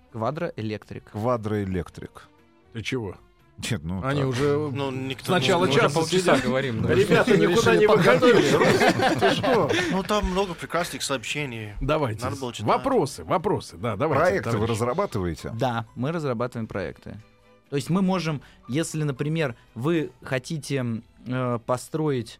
D: квадроэлектрик.
E: Квадроэлектрик.
B: Ты чего?
E: Нет, ну...
B: Они
E: так.
B: уже...
G: Ну, никто
B: Сначала
G: не-
C: Мы уже
B: час
C: полчаса говорим. да.
B: Ребята, никуда не выходили.
G: Ну, там много прекрасных сообщений.
B: Давайте.
G: Надо было читать.
B: Вопросы, вопросы. Да, давайте.
E: Проекты вы
B: товарищи.
E: разрабатываете?
D: Да, мы разрабатываем проекты. То есть мы можем, если, например, вы хотите м, э, построить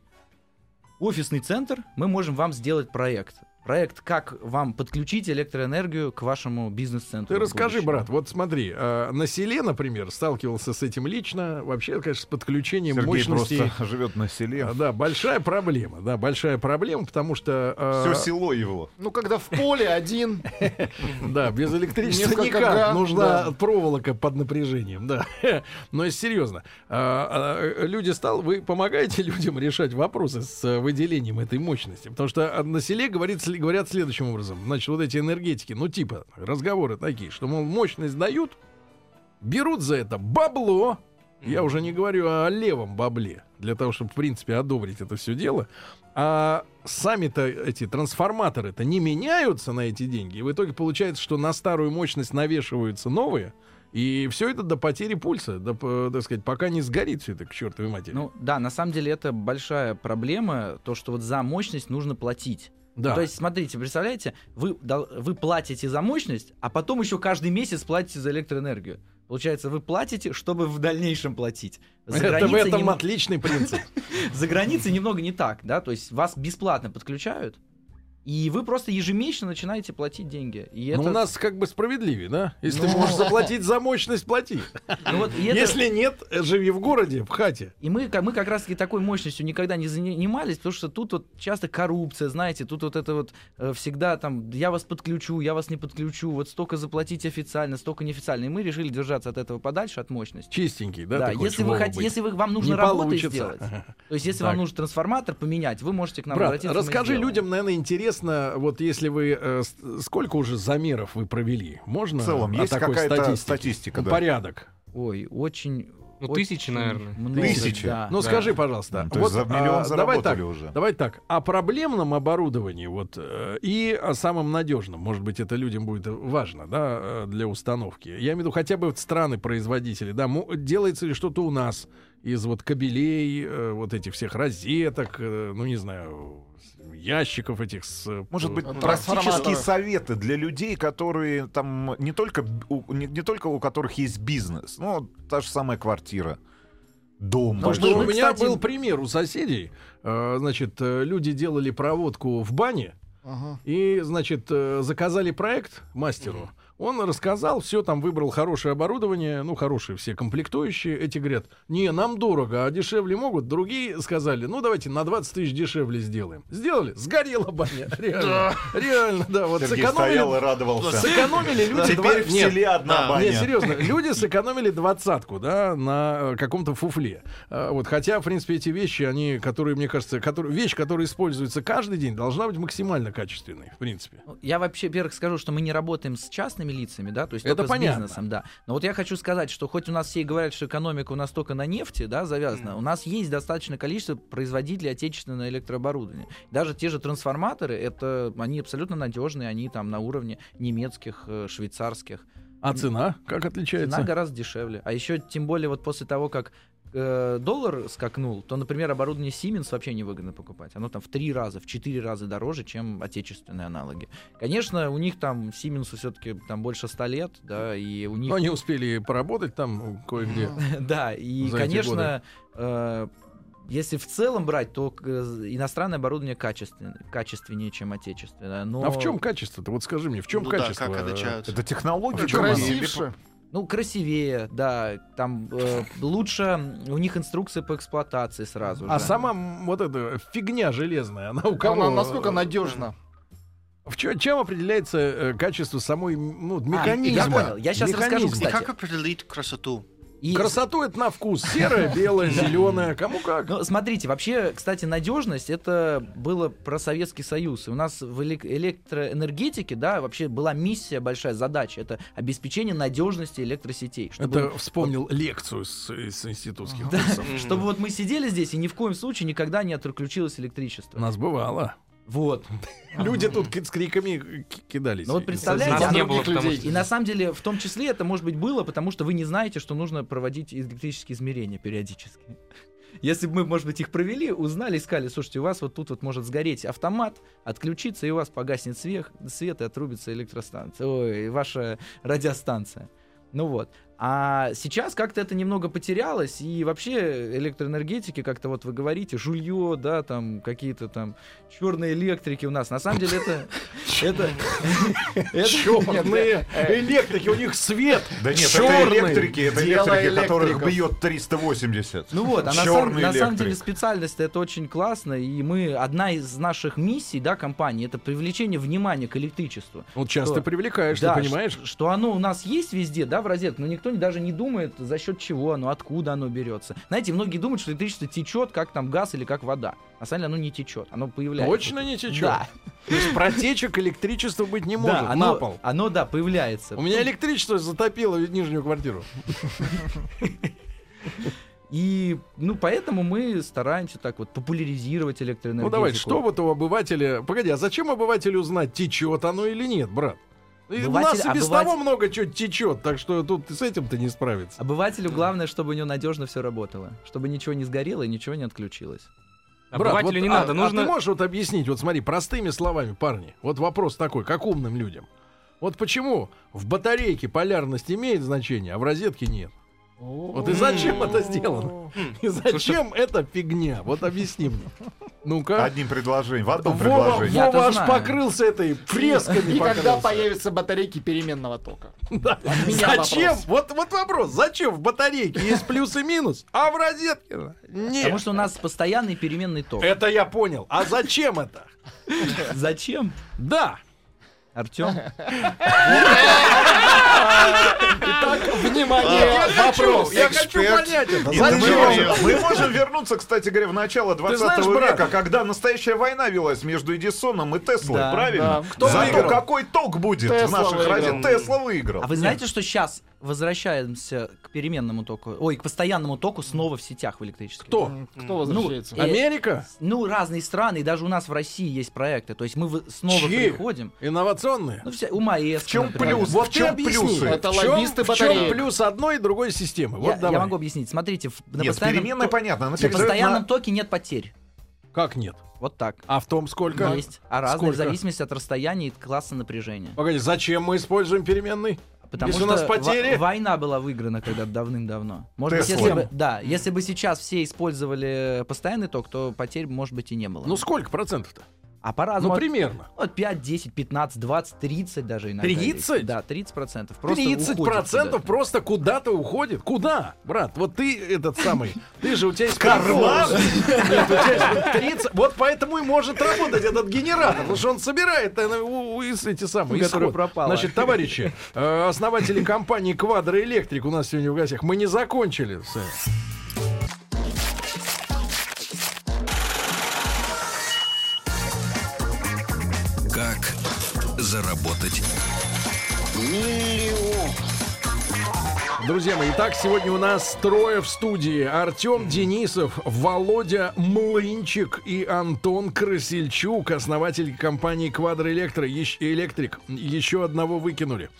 D: офисный центр, мы можем вам сделать проект. Проект, как вам подключить электроэнергию к вашему бизнес-центру.
B: Ты расскажи,
D: будущему.
B: брат, вот смотри, э, на селе, например, сталкивался с этим лично, вообще, конечно, с подключением
E: Сергей
B: мощностей.
E: просто живет на селе.
B: А, Да, большая проблема, да, большая проблема, потому что... э,
E: Все село его.
F: Ну, когда в поле один,
B: Да, без электричества
F: Несколько
B: никак.
F: грамм,
B: Нужна
F: да.
B: проволока под напряжением, да. Но если серьезно, а, а, люди стал, вы помогаете людям решать вопросы с э, выделением этой мощности, потому что э, на селе говорит, сли- говорят следующим образом, значит, вот эти энергетики, ну типа разговоры такие, что мол мощность дают, берут за это бабло. Я уже не говорю о левом бабле, для того, чтобы, в принципе, одобрить это все дело. А сами-то эти трансформаторы-то не меняются на эти деньги. И в итоге получается, что на старую мощность навешиваются новые. И все это до потери пульса, до, п- так сказать, пока не сгорит все это к чертовой матери.
D: Ну да, на самом деле это большая проблема, то, что вот за мощность нужно платить.
B: да.
D: То есть, смотрите, представляете, вы, дол- вы платите за мощность, а потом еще каждый месяц платите за электроэнергию. Получается, вы платите, чтобы в дальнейшем платить. За,
B: это в
D: границей
B: этом
D: нем-
B: отличный принцип.
D: за границей немного не так, да? То есть вас бесплатно подключают, и вы просто ежемесячно начинаете платить деньги.
B: Но
D: И это-
B: Ну, у нас как бы справедливее, да? Если ты
D: Ну.
B: можешь заплатить за мощность, плати.
D: ну вот, и это-
B: Если нет, э, живи в городе, в хате.
D: И мы, ка- мы как раз-таки такой мощностью никогда не занимались, потому что тут вот часто коррупция, знаете, тут вот это вот э, всегда там я вас подключу, я вас не подключу, вот столько заплатить официально, столько неофициально. И мы решили держаться от этого подальше, от мощности.
B: Чистенький, да?
D: Да,
B: ты хочешь
D: если, вы
B: Вова
D: хот-
B: быть?
D: если вы, вам нужно
B: Не
D: работу
B: получится.
D: сделать, то есть если
B: Так.
D: вам нужно трансформатор поменять, вы можете к нам
B: Брат,
D: обратиться. мы
B: расскажи
D: сделаем.
B: людям, наверное, интересно, вот если вы э, с- сколько уже замеров вы провели? Можно?
E: В целом,
B: о
E: есть
B: А такой
E: какая-то
B: статистике?
E: статистика,
B: Ну,
E: да.
B: Порядок.
D: Ой, очень...
C: Ну,
D: очень
C: тысячи, наверное.
D: много,
E: Тысячи?
D: А, да.
B: Ну скажи, пожалуйста,
E: Ну, то есть за миллион
B: а, давай
E: заработали
B: так,
E: уже.
B: давай так, о проблемном оборудовании вот э, и о самом надежном, может быть, это людям будет важно, да, э, для установки. Я имею в виду хотя бы вот страны производители, да, мо- делается ли что-то у нас из вот кабелей, э, вот этих всех розеток, э, ну не знаю, ящиков этих с э,
E: Может быть,
F: Ну,
E: практические
F: трансформаторы.
E: советы для людей, которые там не только у, не, не только у которых есть бизнес, ну та же самая квартира, дом.
B: Потому
E: большой.
B: что у
D: мы,
B: меня
D: кстати-
B: был пример у соседей. Э, Значит, э, люди делали проводку в бане
F: Ага.
B: и, значит, э, заказали проект мастеру. Он рассказал, все там выбрал хорошее оборудование, ну, хорошие все комплектующие. Эти говорят, не, нам дорого, а дешевле могут. Другие сказали, ну, давайте на 20 тысяч дешевле сделаем. Сделали, сгорела баня. Реально, реально, да. Вот
E: Сергей стоял и
B: сэкономили,
E: радовался.
B: сэкономили люди два-
E: Теперь в
B: Нет,
E: селе одна
G: Да.
B: не,
E: баня.
B: серьезно, люди сэкономили двадцатку, да, на э, каком-то фуфле. Э, Вот, хотя, в принципе, эти вещи, они, которые, мне кажется, которые, вещь, которая используется каждый день, должна быть максимально качественной, в принципе.
D: Ну, Я вообще, во-первых, скажу, что мы не работаем с частными лицами, да, то есть
B: Это
D: только
B: понятно.
D: с бизнесом, да. Но вот я хочу сказать, что хоть у нас все и говорят, что экономика у нас только на нефти, да, завязана, у нас есть достаточное количество производителей отечественного электрооборудования. Даже те же трансформаторы, это они абсолютно надежные, они там на уровне немецких, э, швейцарских.
B: А цена как отличается?
D: Цена гораздо дешевле. А еще тем более вот после того, как э, доллар скакнул, то, например, оборудование Siemens вообще невыгодно покупать. Оно там в три раза, в четыре раза дороже, чем отечественные аналоги. Конечно, у них там Siemens все-таки там больше ста лет, да, и у них
B: Ну, они успели поработать там кое-где.
D: да, и,
B: за эти
D: конечно, э, если в целом брать, то к- э, иностранное оборудование качественнее, качественнее, чем отечественное. Но...
B: А в чем качество-то? Вот скажи мне, в чем
G: Ну да,
B: качество?
G: как
B: э,
G: отличаются?
E: Это технология.
B: В чём она?
F: Красивше.
D: Ну, красивее, да, там э, лучше, у них инструкция по эксплуатации сразу
B: А
D: же.
B: сама м, вот эта фигня железная, она у кого? э,
F: Она насколько надежна.
B: В чё- чем определяется э, качество самой м, ну,
D: А,
B: механизма?
D: я понял, я щас расскажу,
B: Механизма.
G: И
D: кстати.
G: как определить красоту?
D: И-
B: Красоту это на вкус. Серая, белая, зеленая. Кому как.
D: Ну, смотрите, вообще, кстати, надежность это было про Советский Союз. И у нас в элек- электроэнергетике, да, вообще была миссия, большая задача. Это обеспечение надежности электросетей. Чтобы,
B: Это вспомнил лекцию с, с институтских
D: Да.
B: курсов.
D: чтобы вот мы сидели здесь и ни в коем случае никогда не отключилось
B: У
D: электричество.
B: нас бывало.
D: Вот.
B: Люди тут ки- с криками к- кидались.
D: Ну вот представляете,
C: Нас
D: оно-
C: не было, потому
D: И
C: что...
D: на самом деле, в том числе, это, может быть, было, потому что вы не знаете, что нужно проводить электрические измерения периодически. Если бы мы, может быть, их провели, узнали, искали, слушайте, у вас вот тут вот может сгореть автомат, отключиться, и у вас погаснет свет, свет и отрубится электростанция, ой, ваша радиостанция. Ну вот. А сейчас как-то это немного потерялось, и вообще электроэнергетики, как-то вот вы говорите, жулье, да, там какие-то там черные электрики у нас. На самом деле это... Это... это-
B: Черные
F: э,
B: электрики, у них свет.
E: Да нет, это
B: Чёрный.
E: электрики, это
F: Дело
E: электрики, которых
F: электриков.
E: бьет 380.
D: Ну вот, а на,
E: Чёрный
D: самом, на самом деле
E: электрик.
D: специальность это очень классно, и мы одна из наших миссий, да, компании, это привлечение внимания к электричеству.
B: Вот сейчас
D: Что?
B: ты привлекаешь, ты
D: Да,
B: понимаешь?
D: ш- Что оно у нас есть везде, да, в розетке, но никто не- даже не думает, за счет чего оно, откуда оно берется. Знаете, многие думают, что электричество течет, как там газ или как вода. На самом деле оно не течет, оно появляется.
B: Точно не течет.
D: Да,
B: То есть протечек электричества быть не может
D: да,
B: на
D: оно,
B: пол.
D: оно, да, появляется. Ну,
B: У меня электричество затопило нижнюю квартиру.
D: И, ну, поэтому мы стараемся так вот популяризировать электроэнергетику.
B: Ну давай, что вот у обывателя... Погоди, а зачем обывателю знать, течет оно или нет, брат? И у
D: Обыватель-
B: нас и без
D: обыватель-
B: того много чего течет, так что тут с этим-то не справиться.
D: Обывателю главное, чтобы у него надежно все работало, чтобы ничего не сгорело и ничего не отключилось.
C: Обывателю
B: вот,
C: не
B: а-
C: надо,
B: а
C: нужно...
B: ты можешь вот объяснить, вот смотри, простыми словами, парни, вот вопрос такой, как умным людям. Вот почему в батарейке полярность имеет значение, а в розетке нет? Вот и зачем это сделано?
C: Хм,
B: И зачем эта фигня? Вот объясни мне.
F: А
B: Ну-ка.
E: Одним предложением, в одном
B: Вова,
E: предложении.
D: Я-то
B: Вова аж
D: знаю.
B: покрылся этой фресками.
F: И когда
B: покрылся.
F: появятся батарейки переменного тока?
B: Да.
F: От меня
B: Зачем?
F: вопрос.
B: Вот, вот вопрос. Зачем в батарейке есть плюс и минус, а в розетке
D: Потому
B: нет?
D: что у нас постоянный переменный ток.
B: Это я понял. А зачем это?
D: Зачем?
B: Да.
D: Артем?
B: А,
F: Внимание, А, вопрос.
B: Я хочу
G: Эксперт.
B: понять это.
E: И мы
B: Зачем?
E: можем- Мы можем вернуться, кстати говоря, в начало 20
B: знаешь, брат?
E: века, когда настоящая война велась между Эдисоном и Теслой,
D: Да,
E: правильно?
F: да.
E: Кто
B: Да.
E: выиграл? Какой ток будет в
F: Тесла
E: наших
F: выиграл.
E: ради? Тесла выиграл.
D: А вы знаете, что сейчас возвращаемся к переменному току, ой, к постоянному току снова в сетях в электрических?
B: Кто?
F: Кто возвращается?
D: Ну, э,
B: Америка?
D: Ну, разные страны, и даже у нас в России есть проекты. То есть мы в- снова
B: Чьи?
D: приходим.
B: Инновационные?
D: Ну, вся, у МАЭС.
E: В чем
D: например.
E: плюс?
B: Вот
E: в
B: ты
E: чем
B: объясни.
E: плюсы?
F: Это
B: В чем-
F: лоббисты
B: в чем
F: батареек.
B: плюс одной и другой системы?
D: Я,
B: Вот
D: я
B: давай.
D: могу объяснить. Смотрите, в- на
E: Нет, с
D: постоянном,
E: переменной
D: то-
E: понятно. она
D: на
E: передает
D: постоянном
E: на-
D: токе нет потерь.
B: Как нет?
D: Вот так.
B: А в том сколько?
D: Есть. А разные в
B: Сколько?
D: зависимости от расстояния и класса напряжения.
B: Погоди, зачем мы используем переменный?
D: Потому
B: Если у
D: что
B: нас потери-
D: во- война была выиграна когда-то давным-давно. Может быть,
E: Тесла.
D: если бы, да, если бы сейчас все использовали постоянный ток, то потерь, может быть, и не было.
B: Ну сколько процентов-то?
D: А по разуму
B: Ну,
D: от-
B: примерно.
D: ну, от 5, 10, 15, 20, 30 даже иногда.
B: 30?
D: есть. Да, 30 процентов. Просто
B: 30
D: уходит
B: процентов
D: куда-то.
B: просто куда-то уходит. Куда, брат? Вот ты этот самый, ты же у тебя есть карман. Нет, у тебя есть вот 30. Вот поэтому и может работать этот генератор, потому что он собирает э, у- у- из- эти самые
D: У которой
B: исход.
D: пропало.
B: Значит, товарищи, э, основатели компании Квадроэлектрик у нас сегодня в гостях. Мы не закончили. с-
A: Как заработать?
B: Друзья мои, итак, сегодня у нас трое в студии. Артем Денисов, Володя Млынчик и Антон Красильчук, основатель компании Квадроэлектро. Ещ- Электрик. Еще одного выкинули.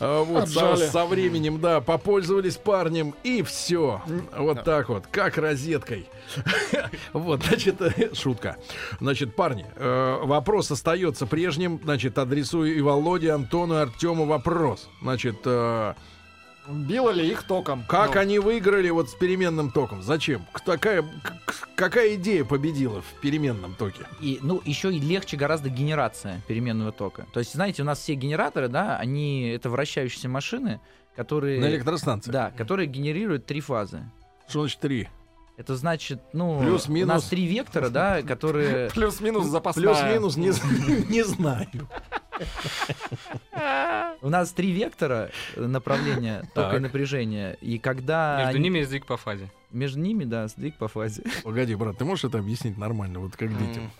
B: А, Вот со,
F: Отжали.
B: со временем, да, попользовались парнем и все. Вот так вот, как розеткой. Вот, значит, э, шутка. Значит, парни, э, вопрос остается прежним. Значит, адресую и Володе, и Антону, и Артему вопрос. Значит, э,
F: Било ли их током?
B: как
F: Ну,
B: они выиграли вот с переменным током? Зачем? К- Такая, к- к- какая идея победила в переменном токе?
D: И, ну, еще и легче гораздо генерация переменного тока. То есть, знаете, у нас все генераторы, да, они это вращающиеся машины, которые...
B: На электростанции.
D: Э, Да, которые генерируют три фазы.
B: Что значит три?
D: Это значит, ну,
B: Плюс-минус.
D: у нас три вектора, да, которые...
F: Ну, Плюс-минус запасная.
B: Плюс-минус не, з- не знаю.
D: У нас три вектора э, направления тока и
B: Так.
D: напряжения. И когда...
C: Между
D: они-
C: ними есть сдвиг по фазе.
D: Между ними, да, сдвиг по фазе.
B: Погоди, брат, ты можешь это объяснить нормально, вот как детям?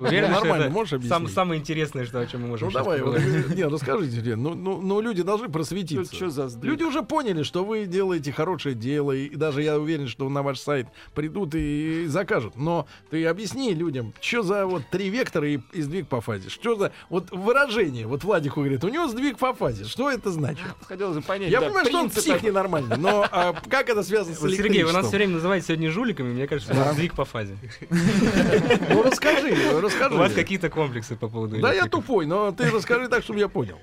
C: Уверен, что
B: Ну, нормально,
C: это
B: можешь объяснить?
C: сам- самое интересное, что, о чем мы можем
B: Ну
C: щас
B: давай, вот,
C: поговорить.
B: э, не, расскажите, Лен, ну, ну, ну, люди должны просветиться.
F: Что Ну, за сдвиг?
B: Люди уже поняли, что вы делаете хорошее дело, и даже я уверен, что на ваш сайт придут и закажут. Но ты объясни людям, что за вот три вектора и, и сдвиг по фазе. Что за вот выражение, вот Владику говорит, у него сдвиг по фазе. Что это значит?
F: Хотелось бы понять.
B: Я
F: да,
B: понимаю, что он
F: принцип
B: псих ненормальный, но а, как это связано с
C: Вот, Сергей, вы нас все
B: электричеством?
C: время называете сегодня жуликами, мне кажется, это сдвиг по фазе.
B: Ну расскажи, расскажи.
C: У вас какие-то комплексы по поводу
B: Да я
C: электриков.
B: тупой, но ты расскажи так, чтобы я понял.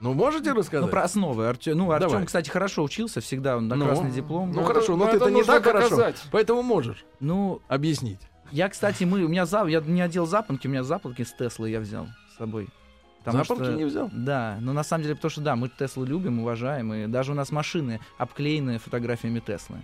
B: Ну можете рассказать?
D: Ну, про основы. Артем, ну, Артем,
B: Давай.
D: кстати, хорошо учился всегда, он на
B: Ну.
D: красный диплом.
B: Ну
F: Ну,
B: хорошо,
F: это-
B: но
F: ну,
B: ты-то
F: это
B: не
F: нужно
B: так хорошо,
F: доказать.
B: поэтому можешь
D: Ну,
B: объяснить.
D: я, кстати, мы, у меня зап, я не одел запонки, у меня запонки с Теслы я взял с собой. Потому
B: Запонки
D: что-
B: не взял?
D: Да, но на самом деле, потому что да, мы Теслу любим, уважаем, и даже у нас машины обклеены фотографиями Теслы.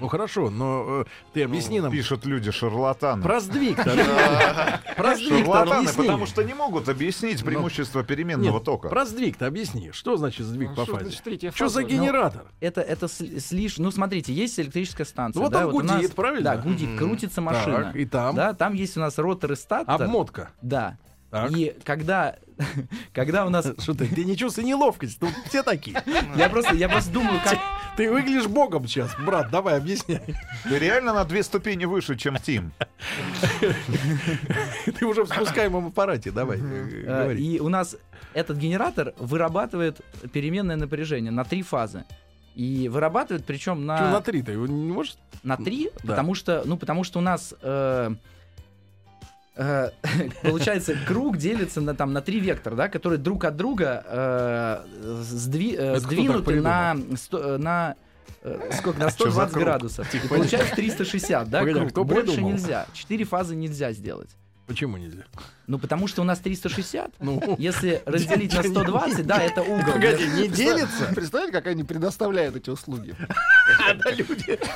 B: Ну хорошо, но э, ты объясни нам.
E: Пишут люди шарлатаны.
B: Про сдвиг Про сдвиг-то
E: Шарлатаны,
B: объясни.
E: потому что не могут объяснить преимущество переменного
B: Нет,
E: тока.
B: про сдвиг-то объясни. Что значит сдвиг
F: Ну,
B: по
F: что
B: фазе?
F: значит Ну, третья
B: Что за
F: фаза?
B: генератор?
D: Это, это сли- слишком... Ну, смотрите, есть электрическая станция.
B: Ну, вот
D: да,
B: он
D: у нас-
B: гудит, правильно?
D: Да, гудит, крутится машина.
B: Так, и там
D: Да, там есть у нас ротор и статор.
B: обмотка.
D: Да.
B: Так.
D: И когда, когда у нас...
B: Что ты, ты не чувствуй неловкость, тут все такие.
D: Я просто, я просто думаю, как...
B: Ты выглядишь богом сейчас, брат, давай объясняй.
E: Ты реально на две ступени выше, чем Тим.
B: Ты уже в спускаемом аппарате, давай, э,
F: А,
D: Э,
B: говори.
D: И у нас этот генератор вырабатывает переменное напряжение на три фазы. И вырабатывает, причем
F: а.
B: Чё на
D: на,
B: три-то? Его не может?
D: на три,
B: Да.
D: потому что, ну, потому что у нас э, э, получается круг делится на там на три вектора, да, которые друг от друга э, сдви-
B: Ну, Это
D: э,
B: кто так
D: сдвинуты на
B: придумал?
D: сто- э, на э, сколько
B: А
E: Чё
D: на
E: за
D: 120
E: круг?
D: градусов. И получается 360, да?
B: Погоди, а
D: круг.
B: кто
D: Больше
B: придумал?
D: нельзя. Четыре фазы нельзя сделать.
B: Почему нельзя?
D: Ну, потому что у нас 360.
B: Ну,
D: Если разделить на 120, да, это угол.
B: погоди, не делится?
F: Представь, представь, как они предоставляют эти услуги.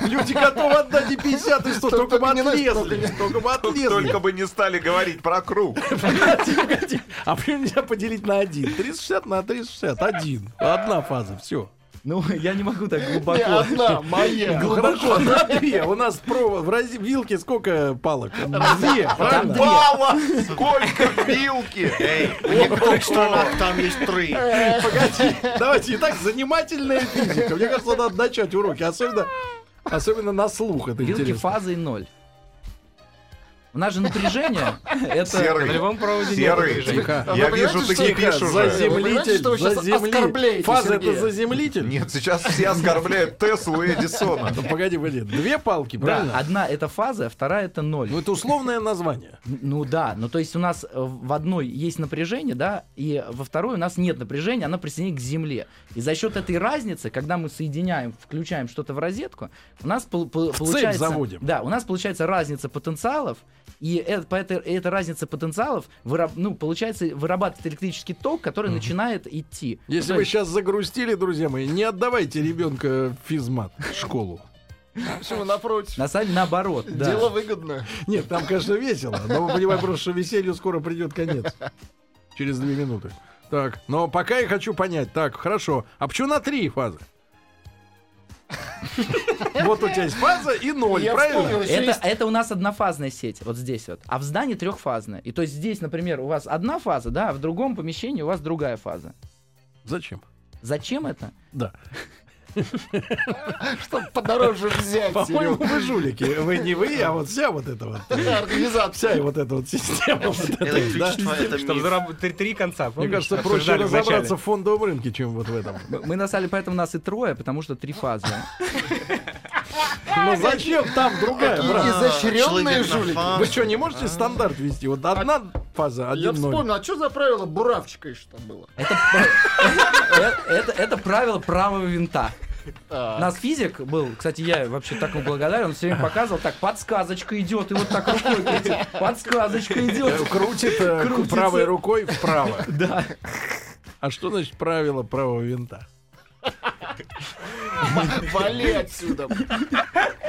B: Люди готовы отдать и 50, и 100,
F: Только
B: только бы
F: не носит,
B: отлезли. Только бы отлезли.
E: Только бы не стали говорить про круг.
B: Погоди, погоди. А почему нельзя поделить на один? 360 на 360. Один. Одна фаза, все.
D: Ну, я не могу так
F: Не
B: а
D: глубоко.
F: одна, моя.
B: Глубоко, на две. У нас провод в рази- вилке сколько палок? Две, правильно?
E: Мало! Сколько вилки!
G: Эй, в некоторых странах там есть три.
B: Погоди. Давайте, итак, занимательная физика. Мне кажется, надо начать уроки. Особенно, особенно на слух это
D: Вилки
B: интересно.
D: фазы и ноль. У нас же напряжение. Это
C: На
E: Серый.
C: любом проводе нет
E: Серый.
C: напряжения.
B: Тихо.
E: Я
F: Вы
E: вижу,
F: понимаете,
E: ты
F: что
E: кипишь
F: это
E: уже.
F: зазем-
B: Заземлитель,
F: что вы сейчас
B: заземлитель.
F: оскорбляете
B: Фаза это
F: Сергея?
B: заземлитель?
E: Нет, сейчас все оскорбляют Теслу и Эдисона.
B: Ну, Погоди, погоди. Две палки,
D: да,
B: правильно?
D: одна это фаза, а вторая это ноль.
B: Ну, это условное название.
D: Ну да, ну то есть у нас э, в одной есть напряжение, да, и во второй у нас нет напряжения, она присоединена к Земле. И за счет этой разницы, когда мы соединяем, включаем что-то в розетку, у нас пол- пол-
B: В цепь
D: получается...
B: заводим.
D: Да, у нас получается разница потенциалов, И это, по этой- эта разница потенциалов, выраб- ну, получается, вырабатывает электрический ток, который начинает идти.
B: Если
D: Ну, то
B: вы
D: есть-
B: сейчас загрустили, друзья мои, не отдавайте ребенка в физмат, в школу.
F: Почему напротив?
D: На самом деле наоборот, да.
F: Дело выгодно.
B: Нет, там, конечно, весело, но вы понимаете, просто что веселью скоро придет конец. Через две минуты. Так, но пока я хочу понять. Так, хорошо. А почему на три фазы? Вот у тебя есть фаза и ноль,
F: Я вспомнил
B: Ну, правильно?
F: еще
D: Это,
F: есть-
D: это у нас однофазная сеть, вот здесь вот. А в здании трехфазная. И то есть здесь, например, у вас одна фаза, да, а в другом помещении у вас другая фаза.
B: Зачем?
D: Зачем это?
B: Да.
F: Чтоб подороже взять,
B: По-моему,
F: Серег.
B: вы жулики. Вы не вы, а вот вся вот эта вот.
F: Организация.
B: Вся и вот эта вот система. вот эта, да.
G: Электричество это
C: Чтобы
G: миф.
C: зарабатывать три, три конца,
B: Мне
C: помнишь,
B: кажется, проще
C: обсуждали вначале?
B: разобраться в фондовом рынке, чем вот в этом.
D: Мы- Мы на самом деле поэтому нас и трое, потому что три фазы.
B: Ну зачем там другая?
F: Какие
B: брат?
F: изощренные
G: А, человек на
F: жулики.
G: фа-
B: Вы что, не можете стандарт вести? Вот одна фаза,
F: Я
B: один ноль.
F: вспомнил, а что за правило буравчика еще там было?
D: Это, э- это, это правило правого винта. У
F: Так.
D: нас физик был, кстати, я вообще так ему благодарен, он все время показывал, так, подсказочка идет, и вот так рукой крутит, подсказочка идет.
B: Крутит э,
D: Крутится.
B: правой рукой вправо.
D: Да.
B: А что значит правило правого винта?
F: Вали отсюда.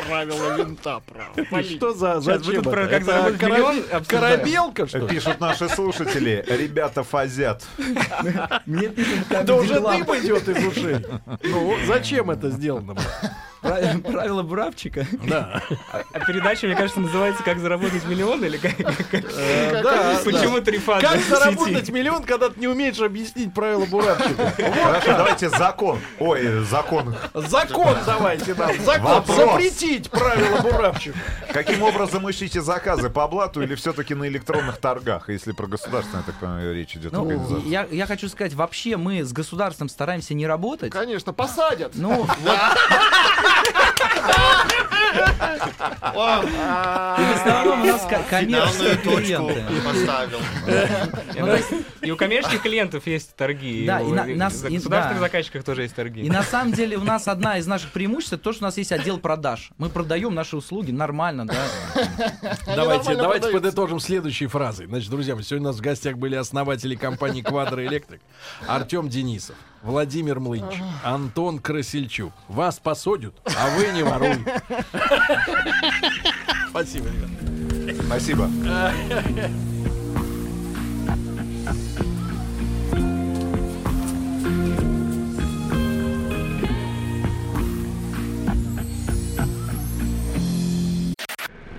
F: Правило винта, право. Вали.
B: Что за
C: Сейчас вы
B: зачем
C: тут про
B: это?
C: как
B: Это
C: заработать
B: кара-
C: миллион обсуждаем.
B: Корабелка, что ли?
E: Пишут наши слушатели, ребята фазят.
D: Мне пишут, как
B: Да уже
D: дела.
B: дым идет из ушей. Ну, зачем это сделано? было?
D: Правило правило Буравчика.
B: Да.
C: А передача, мне кажется, называется «Как заработать миллион» или как- как-
B: Э, да,
C: «Почему
B: да.
C: три фазы
B: Как
C: в сети?»
B: заработать миллион, когда ты не умеешь объяснить правила Буравчика?
E: Хорошо, давайте закон. Ой, закон.
B: Закон давайте нам, закон.
E: Вопрос.
B: Запретить правила Буравчика.
E: Каким образом ищете заказы? По блату или все-таки на электронных торгах? Если про государственное, так понимаю, речь идет.
D: Ну,
E: организация.
D: я, я хочу сказать, вообще мы с государством стараемся не работать.
F: Конечно, посадят.
D: Ну, вот
G: О,
D: и в основном у нас ко- коммерческие
G: финальную точку
D: клиенты.
G: поставил.
D: Ну, то есть
C: И у коммерческих клиентов есть торги,
D: Да,
C: и
D: и
C: у
D: на-
C: и-
D: нас-
C: за
D: и-
C: государственных
D: да.
C: заказчиков тоже есть торги.
D: И на самом деле у нас одна из наших преимуществ это то, что у нас есть отдел продаж. Мы продаем наши услуги нормально, да.
F: Они
B: Давайте,
F: нормально
B: давайте
F: продаются.
B: подытожим следующей фразой. Значит, друзья, мои, сегодня у нас в гостях были основатели компании Quadro Electric Артем Денисов, Владимир Млынч, Антон Красильчук. Вас посадят, а вы не воруй. Спасибо, ребята.
E: Спасибо.